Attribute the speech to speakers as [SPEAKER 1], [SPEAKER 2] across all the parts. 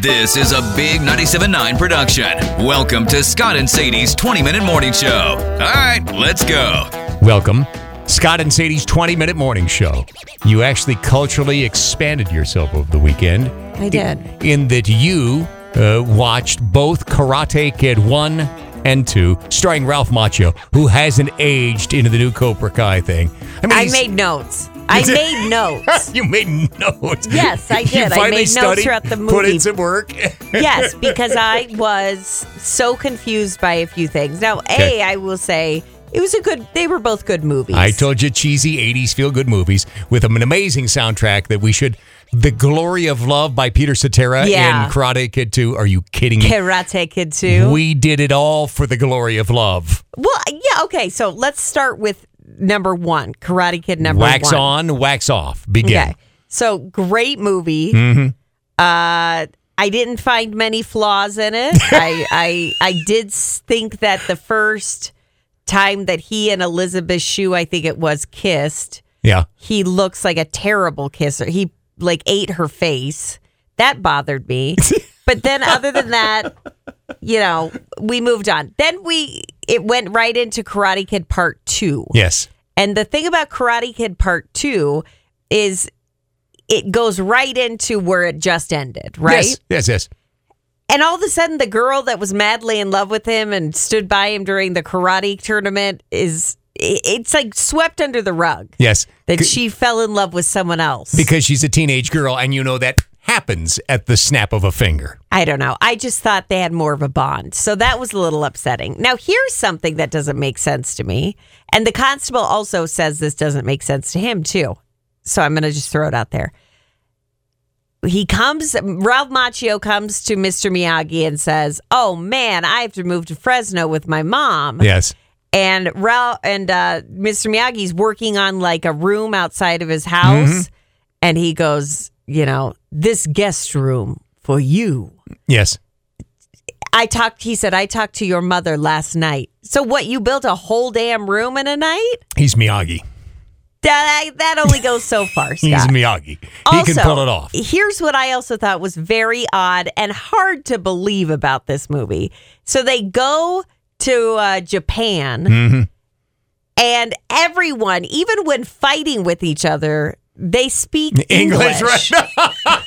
[SPEAKER 1] This is a big 97.9 production. Welcome to Scott and Sadie's 20 minute morning show. All right, let's go.
[SPEAKER 2] Welcome. Scott and Sadie's 20 minute morning show. You actually culturally expanded yourself over the weekend.
[SPEAKER 3] I did.
[SPEAKER 2] In, in that you uh, watched both Karate Kid 1 and 2, starring Ralph Macchio, who hasn't aged into the new Cobra Kai thing. I, mean,
[SPEAKER 4] I
[SPEAKER 2] he's-
[SPEAKER 4] made notes. I made notes.
[SPEAKER 2] you made notes.
[SPEAKER 4] Yes, I
[SPEAKER 2] You
[SPEAKER 4] did. I
[SPEAKER 2] finally
[SPEAKER 4] made notes
[SPEAKER 2] studied,
[SPEAKER 4] throughout the
[SPEAKER 2] Put in
[SPEAKER 4] movie.
[SPEAKER 2] some work.
[SPEAKER 4] yes, because I was so confused by a few things. Now,
[SPEAKER 2] Okay.
[SPEAKER 4] A, I will say it was a good, they were both good movies.
[SPEAKER 2] I told you cheesy 80s feel good movies with an amazing soundtrack that we should. The Glory of Love by Peter Cetera
[SPEAKER 4] Yeah.
[SPEAKER 2] in Karate Kid 2. Are you kidding me?
[SPEAKER 4] Karate Kid 2.
[SPEAKER 2] We did it all for the glory of love.
[SPEAKER 4] well, yeah, okay. So let's start with number one Karate Kid number
[SPEAKER 2] wax
[SPEAKER 4] one.
[SPEAKER 2] on, wax off. Begin.
[SPEAKER 4] Okay. So great movie. Uh, I didn't find many flaws in it. I, I I did s- think that the first time that he and Elizabeth Shue, I think it was, kissed,
[SPEAKER 2] Yeah.
[SPEAKER 4] he looks like a terrible kisser. He like ate her face. That bothered me. but then other than that, you know, we moved on. Then we it went right into Karate Kid Part 2.
[SPEAKER 2] Yes.
[SPEAKER 4] And the thing about Karate Kid Part 2 is it goes right into where it just ended, right?
[SPEAKER 2] Yes. Yes. Yes.
[SPEAKER 4] And all of a sudden, the girl that was madly in love with him and stood by him during the karate tournament is, i- it's like swept under the rug
[SPEAKER 2] Yes.
[SPEAKER 4] that
[SPEAKER 2] C-
[SPEAKER 4] she fell in love with someone else.
[SPEAKER 2] because she's a teenage girl, and you know that happens at the snap of a finger.
[SPEAKER 4] I don't know. I just thought they had more of a bond. So that was a little upsetting. Now, here's something that doesn't make sense to me. And the constable also says this doesn't make sense to him, too. So I'm going to just throw it out there. He comes, Ralph Macchio comes to Mr. Miyagi and says, Oh man, I have to move to Fresno with my mom.
[SPEAKER 2] Yes.
[SPEAKER 4] And Ralph and uh, Mr. Miyagi's working on like a room outside of his house. And he goes, You know, this guest room for you.
[SPEAKER 2] Yes.
[SPEAKER 4] I talked. He said, "I talked to your mother last night." So what? You built a whole damn room in a night?
[SPEAKER 2] He's Miyagi.
[SPEAKER 4] That that only goes so far,
[SPEAKER 2] He's
[SPEAKER 4] Scott.
[SPEAKER 2] Miyagi. he can
[SPEAKER 4] Also,
[SPEAKER 2] pull it off.
[SPEAKER 4] Here's what I also thought was very odd and hard to believe about this movie. So they go to uh, Japan,
[SPEAKER 2] Mm-hmm.
[SPEAKER 4] and everyone, even when fighting with each other, they speak English.
[SPEAKER 2] English, right?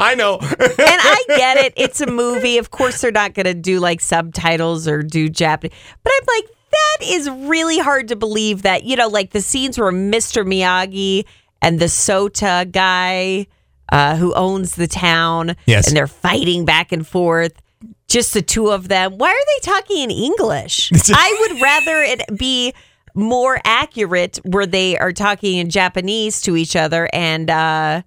[SPEAKER 2] I know.
[SPEAKER 4] and I get it. It's a movie. Of course, they're not going to do like subtitles or do Japanese. But I'm like, that is really hard to believe that, you know, like the scenes where Mr. Miyagi and the Sota guy uh, who owns the town
[SPEAKER 2] Yes.
[SPEAKER 4] and they're fighting back and forth. Just the two of them. Why are they talking in English? I would rather it be more accurate where they are talking in Japanese to each other and uh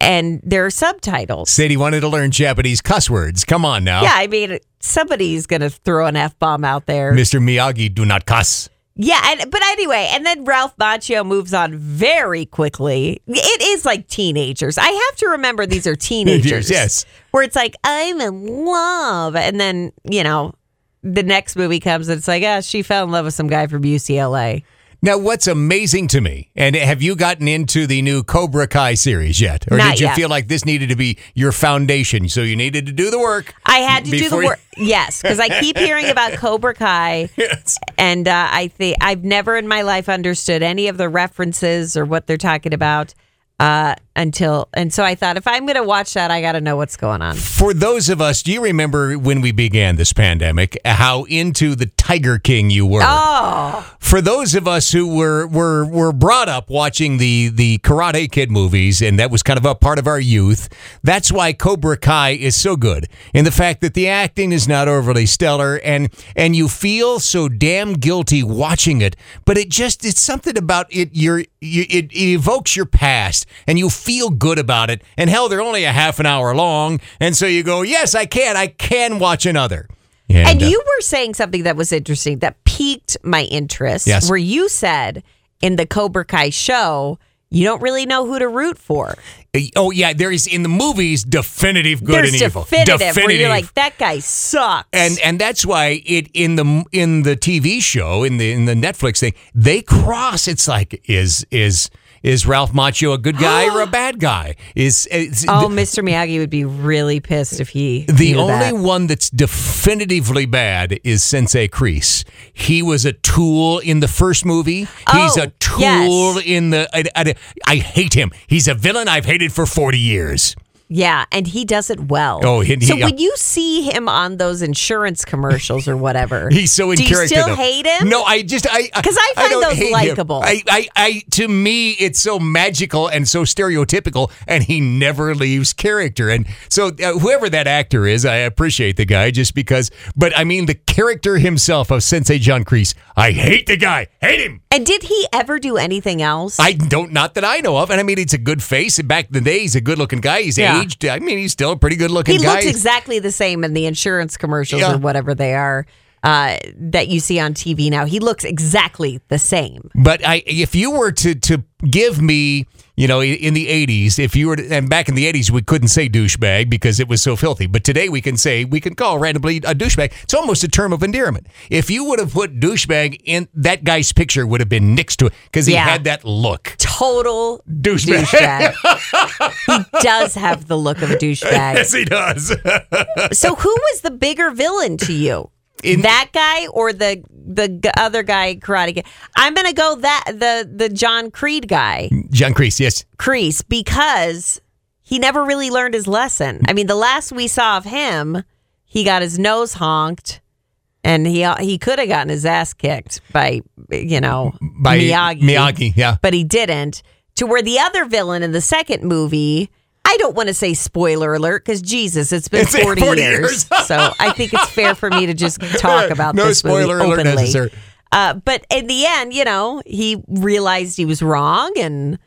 [SPEAKER 4] and there are subtitles.
[SPEAKER 2] Sadie wanted to learn Japanese cuss words. Come on now.
[SPEAKER 4] Yeah, I mean, somebody's going to throw an F bomb out there.
[SPEAKER 2] Mr. Miyagi, do not cuss.
[SPEAKER 4] yeah, and, but anyway, and then Ralph Macchio moves on very quickly. It is like teenagers. I have to remember these are teenagers.
[SPEAKER 2] yes.
[SPEAKER 4] Where it's like, I'm in love. And then, you know, the next movie comes and it's like, ah, she fell in love with some guy from UCLA.
[SPEAKER 2] Now, what's amazing to me, and have you gotten into the new Cobra Kai series yet? Or
[SPEAKER 4] Not
[SPEAKER 2] did you
[SPEAKER 4] yet.
[SPEAKER 2] feel like this needed to be your foundation? So you needed to do the work.
[SPEAKER 4] I had to do
[SPEAKER 2] Before
[SPEAKER 4] the
[SPEAKER 2] you-
[SPEAKER 4] work. Yes, because I keep hearing about Cobra Kai,
[SPEAKER 2] Yes.
[SPEAKER 4] and uh, I think I've never in my life understood any of the references or what they're talking about. Uh, until and so I thought if I'm going to watch that, I got to know what's going on.
[SPEAKER 2] For those of us, do you remember when we began this pandemic, how into the Tiger King you were?
[SPEAKER 4] Oh,
[SPEAKER 2] For those of us who were were were brought up watching the the Karate Kid movies, and that was kind of a part of our youth. That's why Cobra Kai is so good, in the fact that the acting is not overly stellar, and and you feel so damn guilty watching it. But it just it's something about it. You're, you it, it evokes your past, and you feel good about it. And hell, they're only a half an hour long, and so you go, yes, I can, I can watch another.
[SPEAKER 4] and
[SPEAKER 2] uh,
[SPEAKER 4] you were saying something that was interesting that piqued my interest.
[SPEAKER 2] Yes.
[SPEAKER 4] Where you said in the Cobra Kai show, you don't really know who to root for.
[SPEAKER 2] Oh yeah, there is in the movies definitive good
[SPEAKER 4] There's
[SPEAKER 2] and evil.
[SPEAKER 4] definitive, where you're like that guy sucks.
[SPEAKER 2] and uh, and that's why it in the in the TV show in the in the Netflix thing they cross. It's like is is is Ralph Macchio a good guy or a bad guy? Is, is
[SPEAKER 4] oh, Mr. Miyagi would be really pissed if he
[SPEAKER 2] the
[SPEAKER 4] knew
[SPEAKER 2] only
[SPEAKER 4] that.
[SPEAKER 2] one that's definitively bad is Sensei Kreese. He was a tool in the first movie. He's
[SPEAKER 4] Oh,
[SPEAKER 2] a tool
[SPEAKER 4] yes.
[SPEAKER 2] in the. I, I, I hate him. He's a villain I've hated for forty years.
[SPEAKER 4] Yeah, and he does it well.
[SPEAKER 2] Oh, he-
[SPEAKER 4] so
[SPEAKER 2] he-
[SPEAKER 4] when you see him on those insurance commercials or whatever,
[SPEAKER 2] He's so in
[SPEAKER 4] do
[SPEAKER 2] character.
[SPEAKER 4] you still
[SPEAKER 2] though.
[SPEAKER 4] hate him?
[SPEAKER 2] No, I just I
[SPEAKER 4] 'Cause I find
[SPEAKER 2] don't
[SPEAKER 4] those
[SPEAKER 2] hate him.
[SPEAKER 4] likable.
[SPEAKER 2] I, I I to me it's so magical and so stereotypical, and he never leaves character. And so uh, whoever that actor is, I appreciate the guy just because. But I mean the character himself of Sensei John Kreese, I hate the guy, hate him.
[SPEAKER 4] And did he ever do anything else?
[SPEAKER 2] I don't, not that I know of. And I mean, it's a good face. And back in the day, he's a good looking guy. He's
[SPEAKER 4] Yeah.
[SPEAKER 2] aged. I mean, he's still a pretty good looking
[SPEAKER 4] he
[SPEAKER 2] guy.
[SPEAKER 4] looks exactly the same in the insurance commercials
[SPEAKER 2] Yeah.
[SPEAKER 4] or whatever they are uh, that you see on TV now. He looks exactly the same.
[SPEAKER 2] But I, if you were to to give me, you know, in the '80s, if you were, to, and back in the '80s, we couldn't say douchebag because it was so filthy. But today, we can say we can call randomly a douchebag. It's almost a term of endearment. If you would have put douchebag in that guy's picture, would have been next to it because he
[SPEAKER 4] Yeah.
[SPEAKER 2] had that look.
[SPEAKER 4] Total
[SPEAKER 2] Douchebag.
[SPEAKER 4] douchebag. he does have the look of a douchebag.
[SPEAKER 2] Yes, he does.
[SPEAKER 4] So who was the bigger villain to you?
[SPEAKER 2] In-
[SPEAKER 4] that guy or the the g- other guy karate kid i'm gonna go that the the john creed guy
[SPEAKER 2] John Creese, yes,
[SPEAKER 4] crease because he never really learned his lesson i mean the last we saw of him he got his nose honked and he he could have gotten his ass kicked by you know
[SPEAKER 2] by
[SPEAKER 4] miyagi
[SPEAKER 2] Miyagi, yeah.
[SPEAKER 4] but he didn't. To where the other villain in the second movie, I don't want to say spoiler alert because Jesus, it's been
[SPEAKER 2] It's been
[SPEAKER 4] 40,
[SPEAKER 2] 40
[SPEAKER 4] years.
[SPEAKER 2] years.
[SPEAKER 4] so I think it's fair for me to just talk about
[SPEAKER 2] No
[SPEAKER 4] this
[SPEAKER 2] spoiler
[SPEAKER 4] movie
[SPEAKER 2] alert
[SPEAKER 4] openly.
[SPEAKER 2] necessary.
[SPEAKER 4] Uh, but in the end, you know, he realized he was wrong and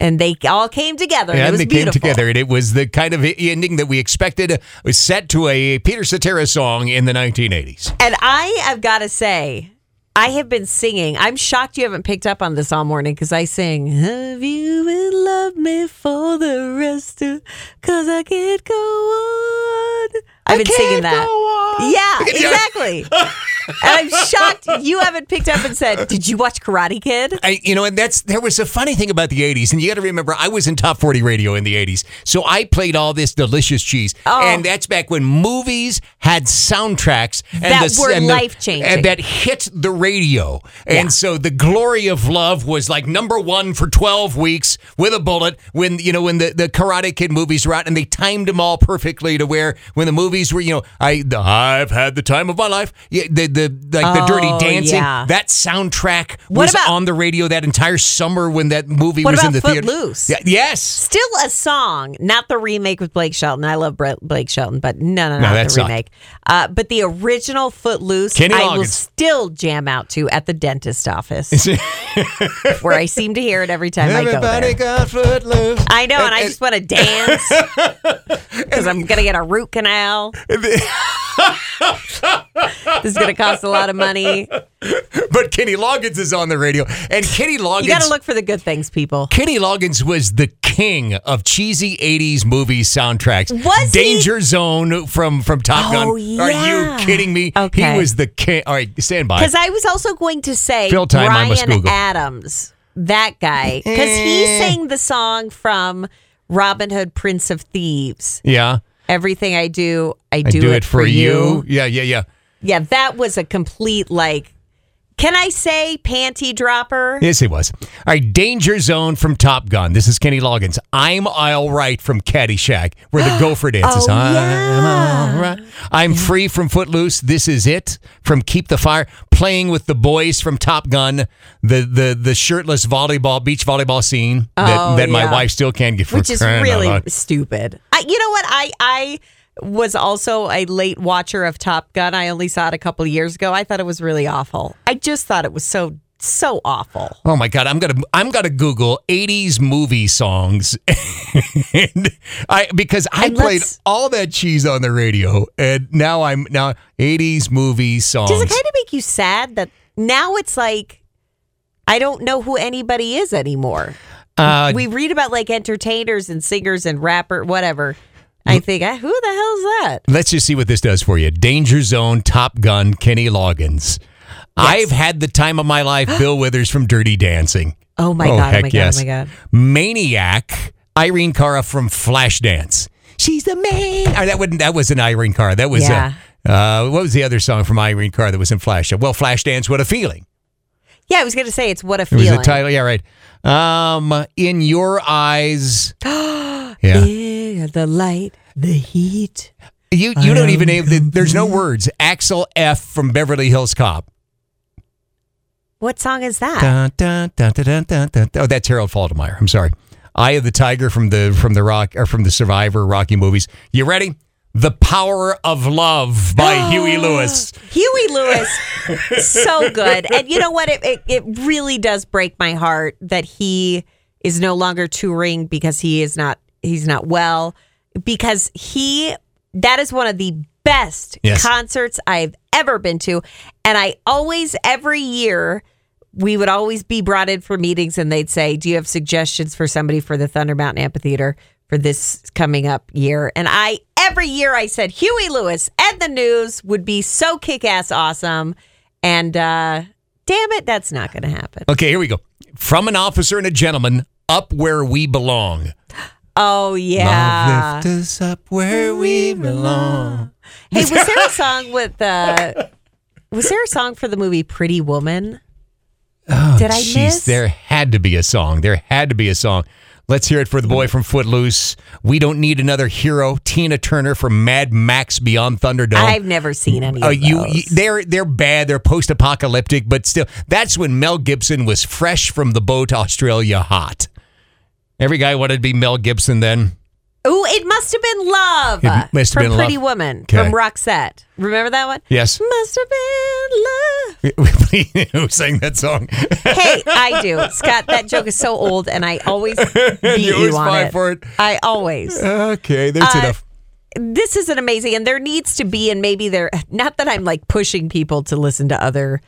[SPEAKER 4] and they all came together. and it
[SPEAKER 2] And
[SPEAKER 4] was
[SPEAKER 2] they
[SPEAKER 4] beautiful.
[SPEAKER 2] came together, and it was the kind of ending that we expected. It was set to a Peter Cetera song in the 1980s.
[SPEAKER 4] And I have got to say, I have been singing. I'm shocked you haven't picked up on this all morning because I sing, Have you been love me for the rest of, because I can't go on. I've been
[SPEAKER 2] can't
[SPEAKER 4] singing that.
[SPEAKER 2] go on.
[SPEAKER 4] Yeah, exactly. and I'm shocked you haven't picked up and said, Did you watch Karate Kid?
[SPEAKER 2] I, you know, and that's there was a funny thing about the '80s, and you got to remember, I was in top 40 radio in the '80s, so I played all this delicious cheese,
[SPEAKER 4] Oh.
[SPEAKER 2] and that's back when movies had soundtracks and
[SPEAKER 4] That
[SPEAKER 2] the,
[SPEAKER 4] were
[SPEAKER 2] and the-
[SPEAKER 4] life-changing.
[SPEAKER 2] and that hit the radio, and so the glory of love was like number one for 12 weeks with a bullet. When you know when the, the Karate Kid movies were out, and they timed them all perfectly to where when the movies were, you know, I the, I've had the time of my life, yeah, the the like the Dirty
[SPEAKER 4] Oh,
[SPEAKER 2] Dancing,
[SPEAKER 4] yeah.
[SPEAKER 2] that soundtrack
[SPEAKER 4] What
[SPEAKER 2] was
[SPEAKER 4] about-
[SPEAKER 2] on the radio that entire summer when that movie
[SPEAKER 4] What
[SPEAKER 2] was in the
[SPEAKER 4] about
[SPEAKER 2] theater.
[SPEAKER 4] Footloose?
[SPEAKER 2] Yeah, yes.
[SPEAKER 4] Still a song, not the remake with Blake Shelton. I love Bre- Blake Shelton, but no, no, not
[SPEAKER 2] that
[SPEAKER 4] the
[SPEAKER 2] sucked.
[SPEAKER 4] remake. Uh, but the original Footloose,
[SPEAKER 2] Kenny
[SPEAKER 4] I will
[SPEAKER 2] Loggins.
[SPEAKER 4] still jam out to at the dentist office, where I seem to hear it every time I go there.
[SPEAKER 2] got Footloose.
[SPEAKER 4] I know, and I just want to dance because I'm gonna get a root canal. this is gonna cost a lot of money.
[SPEAKER 2] But Kenny Loggins is on the radio, and Kenny Loggins.
[SPEAKER 4] You got to look for the good things, people.
[SPEAKER 2] Kenny Loggins was the king of cheesy '80s movie soundtracks.
[SPEAKER 4] Was he?
[SPEAKER 2] Danger Zone from from Top Gun?
[SPEAKER 4] Oh,
[SPEAKER 2] Are
[SPEAKER 4] yeah.
[SPEAKER 2] you kidding me?
[SPEAKER 4] Okay.
[SPEAKER 2] He was the king. All right, stand by.
[SPEAKER 4] Because I was also going to say
[SPEAKER 2] Fill time, I must
[SPEAKER 4] Brian
[SPEAKER 2] Google.
[SPEAKER 4] Adams, that guy, because he sang the song from Robin Hood, Prince of Thieves.
[SPEAKER 2] yeah,
[SPEAKER 4] Everything I do, I
[SPEAKER 2] I
[SPEAKER 4] do, it, for you.
[SPEAKER 2] Yeah, yeah, yeah.
[SPEAKER 4] Yeah, that was a complete like. Can I say panty dropper?
[SPEAKER 2] Yes, he was. All right, Danger Zone from Top Gun. This is Kenny Loggins. I'm all right from Caddyshack, where the gopher dances.
[SPEAKER 4] Oh,
[SPEAKER 2] I'm
[SPEAKER 4] yeah.
[SPEAKER 2] all right. I'm free from Footloose. This is it from Keep the Fire. Playing with the boys from Top Gun. The the the shirtless volleyball, beach volleyball scene that,
[SPEAKER 4] Oh,
[SPEAKER 2] that my
[SPEAKER 4] yeah.
[SPEAKER 2] wife still can't get. for
[SPEAKER 4] which is
[SPEAKER 2] crying out
[SPEAKER 4] really
[SPEAKER 2] loud.
[SPEAKER 4] stupid. I, you know what? I I was also a late watcher of Top Gun. I only saw it a couple years ago. I thought it was really awful. I just thought it was so so awful.
[SPEAKER 2] Oh my god, I'm gonna I'm gonna Google 80s movie songs, and I because I
[SPEAKER 4] And
[SPEAKER 2] played
[SPEAKER 4] let's-
[SPEAKER 2] all that cheese on the radio, and now I'm now 80s movie songs.
[SPEAKER 4] Does it kind of make you sad that now it's like I don't know who anybody is anymore?
[SPEAKER 2] Uh,
[SPEAKER 4] we read about like entertainers and singers and rapper whatever. I think "Ah, who the hell is that?
[SPEAKER 2] Let's just see what this does for you. Danger Zone, Top Gun, Kenny Loggins. I've had the time of my life. Bill Withers from Dirty Dancing.
[SPEAKER 4] Oh my god! Oh my god! Oh my god!
[SPEAKER 2] Maniac, Irene Cara from Flashdance. She's the man. Oh, that wouldn't. That wasn't Irene Cara. That was.
[SPEAKER 4] Yeah.
[SPEAKER 2] Uh, uh, what was the other song from Irene Cara that was in Flash? Well, Flashdance, what a feeling.
[SPEAKER 4] Yeah, I was gonna say it's what a
[SPEAKER 2] It was
[SPEAKER 4] feeling.
[SPEAKER 2] the title. Yeah, right. Um, in your eyes. yeah.
[SPEAKER 4] Yeah, the light, the heat.
[SPEAKER 2] You you don't even name. There's no words. Axel F from Beverly Hills Cop.
[SPEAKER 4] What song is that?
[SPEAKER 2] Dun, dun, dun, dun, dun, dun, dun. Oh, that's Harold Faltermeyer. I'm sorry. Eye of the Tiger from the from the Rock or from the Survivor Rocky movies. You ready? The Power of Love by Huey Lewis.
[SPEAKER 4] Huey Lewis, so good. And you know what? It, it it really does break my heart that he is no longer touring because he is not he's not well because he that is one of the best
[SPEAKER 2] Yes.
[SPEAKER 4] concerts I've ever been to, and I always every year. We would always be brought in for meetings, and they'd say, "Do you have suggestions for somebody for the Thunder Mountain Amphitheater for this coming up year?" And I every year I said Huey Lewis and the News would be so kick-ass awesome, and uh, damn it, that's not going to happen.
[SPEAKER 2] Okay, here we go. From an officer and a gentleman, up where we belong.
[SPEAKER 4] Oh yeah.
[SPEAKER 2] Love lift us up where Ah. we belong.
[SPEAKER 4] Hey, was there a song with uh was there a song for the movie Pretty Woman? Did I
[SPEAKER 2] Jeez,
[SPEAKER 4] miss?
[SPEAKER 2] Oh, there had to be a song. There had to be a song. Let's hear it for the boy from Footloose. We don't need another hero. Tina Turner from Mad Max Beyond Thunderdome.
[SPEAKER 4] I've never seen any.
[SPEAKER 2] Oh,
[SPEAKER 4] of
[SPEAKER 2] you,
[SPEAKER 4] those.
[SPEAKER 2] you they're they're bad. They're post-apocalyptic, but still, that's when Mel Gibson was fresh from the boat Australia hot. Every guy wanted to be Mel Gibson then.
[SPEAKER 4] Ooh, it must have been love.
[SPEAKER 2] It must have
[SPEAKER 4] from
[SPEAKER 2] been
[SPEAKER 4] Pretty
[SPEAKER 2] love.
[SPEAKER 4] Woman
[SPEAKER 2] Okay.
[SPEAKER 4] from Roxette. Remember that one?
[SPEAKER 2] Yes.
[SPEAKER 4] Must have been love.
[SPEAKER 2] Who sang that song?
[SPEAKER 4] Hey, I do. Scott, that joke is so old and I always beat
[SPEAKER 2] You
[SPEAKER 4] you,
[SPEAKER 2] always
[SPEAKER 4] on
[SPEAKER 2] fight
[SPEAKER 4] it.
[SPEAKER 2] for it.
[SPEAKER 4] I always.
[SPEAKER 2] okay, that's
[SPEAKER 4] Uh,
[SPEAKER 2] enough.
[SPEAKER 4] this is an amazing and there needs to be and maybe there not that i'm like pushing people to listen to other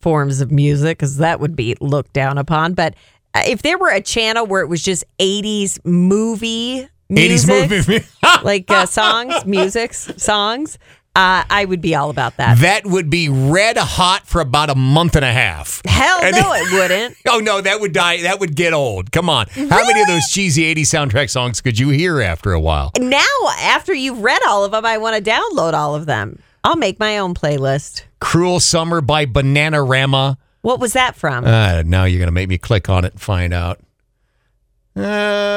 [SPEAKER 4] forms of music because that would be looked down upon but uh, if there were a channel where it was just 80s movie
[SPEAKER 2] Eighties
[SPEAKER 4] music,
[SPEAKER 2] movie.
[SPEAKER 4] like uh, songs musics songs uh, i would be all about that
[SPEAKER 2] that would be red hot for about a month and a half.
[SPEAKER 4] hell
[SPEAKER 2] And-
[SPEAKER 4] no it wouldn't
[SPEAKER 2] Oh no, that would die. That would get old. Come on. How many of those cheesy 80s soundtrack songs could you hear after a while?
[SPEAKER 4] now after you've read all of them i want to download all of them i'll make my own playlist
[SPEAKER 2] Cruel Summer by Bananarama.
[SPEAKER 4] what was that from
[SPEAKER 2] Uh, now you're going to make me click on it and find out.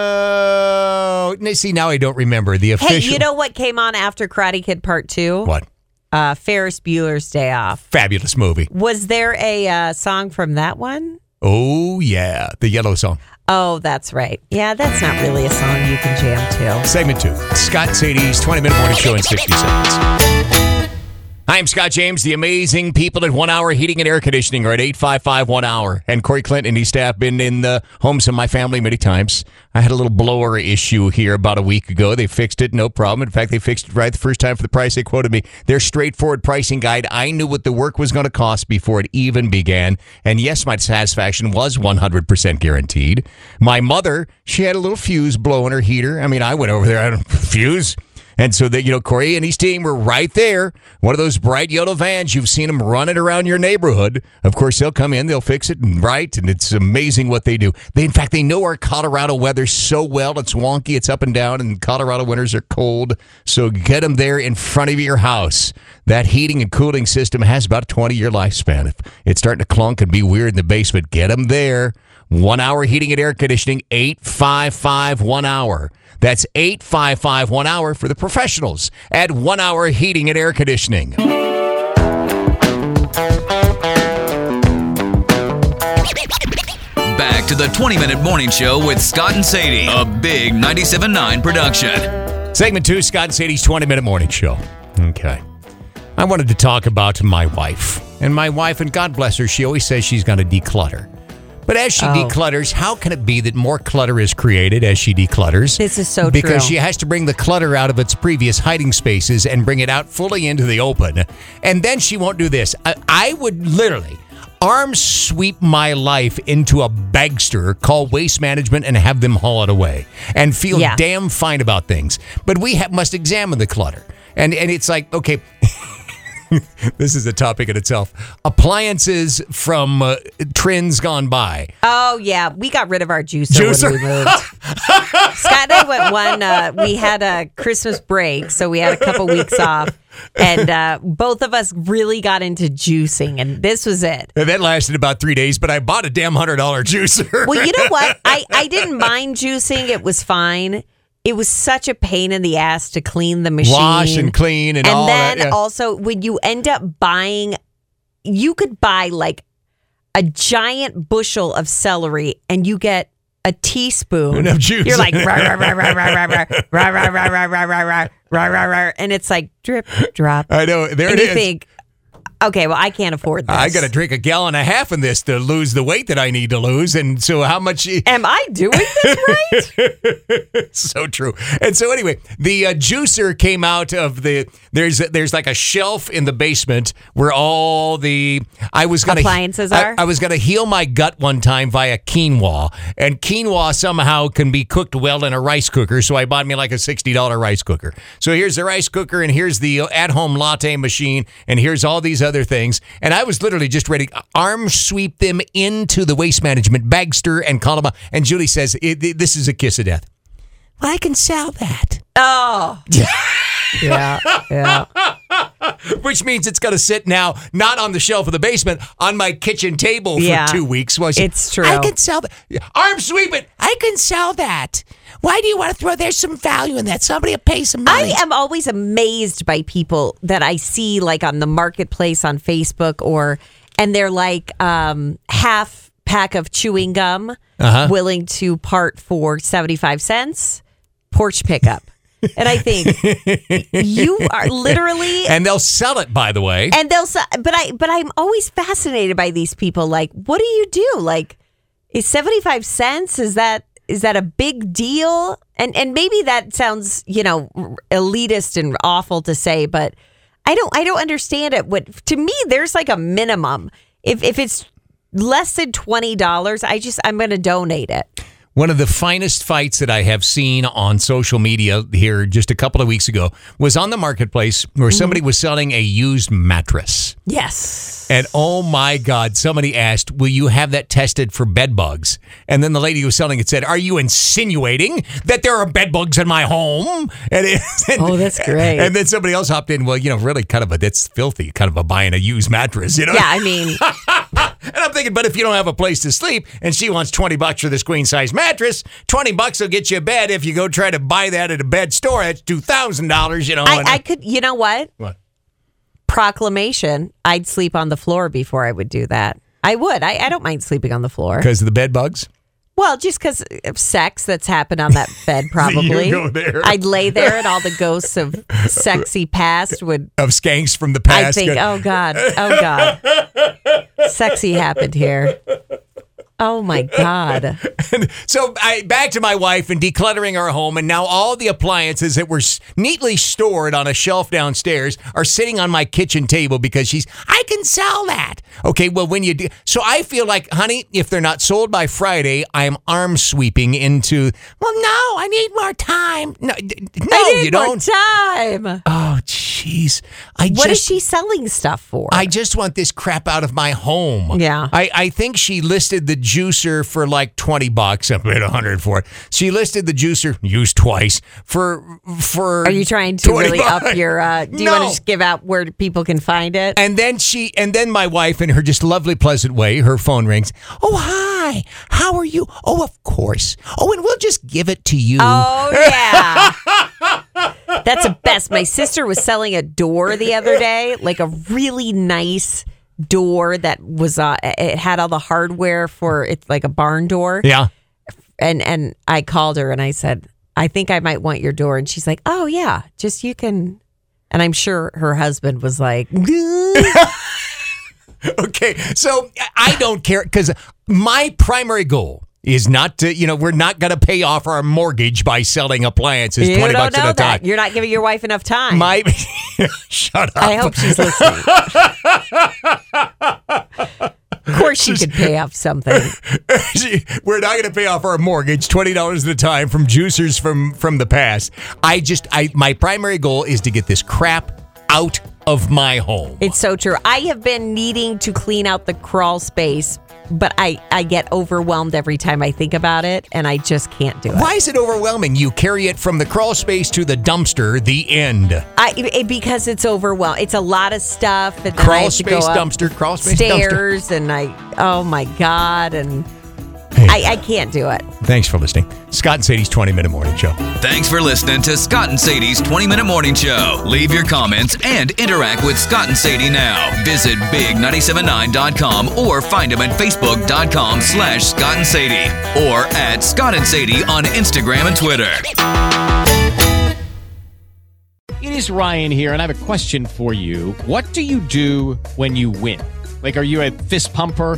[SPEAKER 2] Oh, n- see, now I don't remember the
[SPEAKER 4] hey
[SPEAKER 2] official.
[SPEAKER 4] you know what came on after karate kid part two
[SPEAKER 2] what?
[SPEAKER 4] uh, Ferris Bueller's Day Off.
[SPEAKER 2] Fabulous movie.
[SPEAKER 4] Was there a uh, song from that one?
[SPEAKER 2] Oh, yeah. The Yellow Song.
[SPEAKER 4] Oh, that's right. Yeah, that's not really a song you can jam to.
[SPEAKER 2] Segment two Scott Sadie's 20 Minute Morning Show in 60 Seconds. Hi, I'm Scott James, the amazing people at One Hour Heating and Air Conditioning are at 855 One Hour. And Corey Clinton and his staff been in the homes of my family many times. I had a little blower issue here about a week ago. They fixed it, no problem. In fact, they fixed it right the first time for the price they quoted me. Their straightforward pricing guide, I knew what the work was going to cost before it even began. And yes, my satisfaction was 100% guaranteed. My mother, she had a little fuse blow in her heater. I mean, I went over there, I had a fuse. And so that you know, Corey and his team were right there. One of those bright yellow vans you've seen them running around your neighborhood. Of course, they'll come in, they'll fix it and right, and it's amazing what they do. They, in fact, they know our Colorado weather so well. It's wonky, it's up and down, and Colorado winters are cold. So get them there in front of your house. That heating and cooling system has about a 20 year lifespan. If it's starting to clunk and be weird in the basement, get them there. One hour heating and air conditioning, 855 one hour. That's 855 one hour for the professionals at one hour heating and air conditioning.
[SPEAKER 1] Back to the 20 minute morning show with Scott and Sadie, a big 97.9 production.
[SPEAKER 2] Segment two, Scott and Sadie's 20 minute morning show. Okay. I wanted to talk about my wife. And my wife, and God bless her, she always says she's going to declutter. But as
[SPEAKER 4] Oh.
[SPEAKER 2] she declutters, how can it be that more clutter is created as she declutters?
[SPEAKER 4] This is so
[SPEAKER 2] because
[SPEAKER 4] true.
[SPEAKER 2] she has to bring the clutter out of its previous hiding spaces and bring it out fully into the open. And then she won't do this. I, I would literally arm sweep my life into a bagster, call waste management, and have them haul it away and feel
[SPEAKER 4] Yeah.
[SPEAKER 2] damn fine about things. But we ha- must examine the clutter. And, and it's like, okay, this is a topic in itself. Appliances from uh, trends gone by.
[SPEAKER 4] Oh yeah, we got rid of our juicer,
[SPEAKER 2] Juicer.
[SPEAKER 4] when we moved. Scott and I went one. Uh, we had a Christmas break, so we had a couple weeks off, and uh, both of us really got into juicing, and this was it.
[SPEAKER 2] And that lasted about three days, but I bought a damn hundred dollar juicer.
[SPEAKER 4] Well, you know what? I I didn't mind juicing; it was fine. It was such a pain in the ass to clean the machine,
[SPEAKER 2] Wash and clean and all that,
[SPEAKER 4] then
[SPEAKER 2] yeah.
[SPEAKER 4] also when you end up buying, you could buy like a giant bushel of celery, and you get a teaspoon
[SPEAKER 2] Enough juice.
[SPEAKER 4] You're like rah, rah, rah, rah, rah, rah, rah, rah, rah, rah, rah, rah, rah, rah, rah, rah, rah, and it's like drip drop.
[SPEAKER 2] I know. There
[SPEAKER 4] and
[SPEAKER 2] it
[SPEAKER 4] you
[SPEAKER 2] is.
[SPEAKER 4] think, okay, well, I can't afford this.
[SPEAKER 2] I got to drink a gallon and a half in this to lose the weight that I need to lose. And so, how much?
[SPEAKER 4] Am I doing this right?
[SPEAKER 2] so true. And so anyway, the uh, juicer came out of the there's there's like a shelf in the basement where all the I was gonna
[SPEAKER 4] Appliances
[SPEAKER 2] I-
[SPEAKER 4] are?
[SPEAKER 2] I, was gonna heal my gut one time via quinoa, and quinoa somehow can be cooked well in a rice cooker. So I bought me like a sixty dollar rice cooker. So here's the rice cooker, and here's the at home latte machine, and here's all these other things. And I was literally just ready to arm sweep them into the waste management bagster and call them. out. And Julie says "It- it- this is a kiss of death. Well, I can sell that.
[SPEAKER 4] Oh, yeah, yeah.
[SPEAKER 2] Which means it's going to sit now, not on the shelf of the basement, on my kitchen table for
[SPEAKER 4] Yeah.
[SPEAKER 2] two weeks. Well,
[SPEAKER 4] It's true.
[SPEAKER 2] I can sell that. Arm sweep it. I can sell that. Why do you want to throw? There's some value in that. Somebody will pay some money.
[SPEAKER 4] I am always amazed by people that I see like on the marketplace on Facebook or and they're like um half pack of chewing gum
[SPEAKER 2] Uh-huh.
[SPEAKER 4] willing to part for 75 cents porch pickup. and I think you are literally
[SPEAKER 2] and they'll sell it, by the way.
[SPEAKER 4] and they'll s- but I but I'm always fascinated by these people like what do you do? Like is 75 cents is that is that a big deal? And and maybe that sounds, you know, r- elitist and awful to say, but I don't I don't understand it. What to me there's like a minimum. If if it's less than $20, I just I'm going to donate it.
[SPEAKER 2] One of the finest fights that I have seen on social media here just a couple of weeks ago was on the marketplace where
[SPEAKER 4] Mm-hmm.
[SPEAKER 2] somebody was selling a used mattress.
[SPEAKER 4] Yes.
[SPEAKER 2] And oh my God, somebody asked, Will you have that tested for bed bugs? And then the lady who was selling it said, Are you insinuating that there are bed bugs in my home? And it,
[SPEAKER 5] Oh, that's great.
[SPEAKER 2] And then somebody else hopped in, Well, you know, really kind of a, that's filthy, kind of a buying a used mattress, you know?
[SPEAKER 4] Yeah, I mean,
[SPEAKER 2] And I'm thinking, But if you don't have a place to sleep and she wants 20 bucks for this queen size mattress, 20 bucks will get you a bed. If you go try to buy that at a bed store, that's $2,000, you know?
[SPEAKER 4] I,
[SPEAKER 2] and-
[SPEAKER 4] I could, you know what?
[SPEAKER 2] What?
[SPEAKER 4] Proclamation. I'd sleep on the floor before I would do that. I would. I, I don't mind sleeping on the floor.
[SPEAKER 2] because of the bed bugs?
[SPEAKER 4] Well, just because of sex that's happened on that bed, probably.
[SPEAKER 2] go there.
[SPEAKER 4] I'd lay there and all the ghosts of sexy past would.
[SPEAKER 2] Of skanks from the
[SPEAKER 4] I
[SPEAKER 2] past.
[SPEAKER 4] think, oh God, oh God, sexy happened here. Oh my God.
[SPEAKER 2] So I back to my wife and decluttering our home, and now all the appliances that were s- neatly stored on a shelf downstairs are sitting on my kitchen table because she's. I can sell that. Okay, well when you do, so I feel like, honey, if they're not sold by Friday, I'm arm sweeping into. Well, no, I need more time. No, d- d- no,
[SPEAKER 4] I need
[SPEAKER 2] you
[SPEAKER 4] more
[SPEAKER 2] don't.
[SPEAKER 4] time.
[SPEAKER 2] oh, jeez. I
[SPEAKER 4] What is
[SPEAKER 2] just
[SPEAKER 4] she selling stuff for?
[SPEAKER 2] I just want this crap out of my home.
[SPEAKER 4] Yeah.
[SPEAKER 2] I, I think she listed the juicer for like 20 bucks. I paid 100 for it. She listed the juicer used twice for for
[SPEAKER 4] Are you trying to
[SPEAKER 2] 20
[SPEAKER 4] really up
[SPEAKER 2] bucks.
[SPEAKER 4] your? Uh, do you want
[SPEAKER 2] No.
[SPEAKER 4] to just give out where people can find it?
[SPEAKER 2] And then she and then my wife in her just lovely pleasant way, her phone rings. "Oh, hi. How are you?" "Oh, of course." "Oh, and we'll just give it to you."
[SPEAKER 4] Oh yeah. That's the best. My sister was selling a door the other day, like a really nice door that was uh, it had all the hardware for it's like a barn door.
[SPEAKER 2] Yeah.
[SPEAKER 4] And and I called her and I said, "I think I might want your door." And she's like, "Oh yeah, just you can." And I'm sure her husband was like,
[SPEAKER 2] Okay, so I don't care because my primary goal is not to, you know, we're not going to pay off our mortgage by selling appliances
[SPEAKER 4] "You
[SPEAKER 2] twenty
[SPEAKER 4] don't
[SPEAKER 2] bucks
[SPEAKER 4] know
[SPEAKER 2] at a
[SPEAKER 4] that.
[SPEAKER 2] time.
[SPEAKER 4] You're not giving your wife enough time."
[SPEAKER 2] My, shut up.
[SPEAKER 4] I hope she's listening. of course, she could pay off something.
[SPEAKER 2] we're not going to pay off our mortgage twenty dollars at a time from juicers from from the past. I just, I my primary goal is to get this crap out of my home.
[SPEAKER 4] It's so true. I have been needing to clean out the crawl space, but I, I get overwhelmed every time I think about it, and I just can't do it.
[SPEAKER 2] Why is it overwhelming? You carry it from the crawl space to the dumpster. The end.
[SPEAKER 4] I, it- because it's overwhelming. It's a lot of stuff. And then I
[SPEAKER 2] Crawl
[SPEAKER 4] have to go
[SPEAKER 2] space
[SPEAKER 4] up
[SPEAKER 2] dumpster. Crawl space dumpster.
[SPEAKER 4] Stairs, and I, oh my God, and I, I can't do it.
[SPEAKER 2] Thanks for listening. Scott and Sadie's 20 Minute Morning Show.
[SPEAKER 1] Thanks for listening to Scott and Sadie's 20 Minute Morning Show. Leave your comments and interact with Scott and Sadie now. Visit big979.com or find them at facebook.com slash Scott and Sadie or at Scott and Sadie on Instagram and Twitter.
[SPEAKER 6] It is Ryan here, and I have a question for you. What do you do when you win? Like, are you a fist pumper?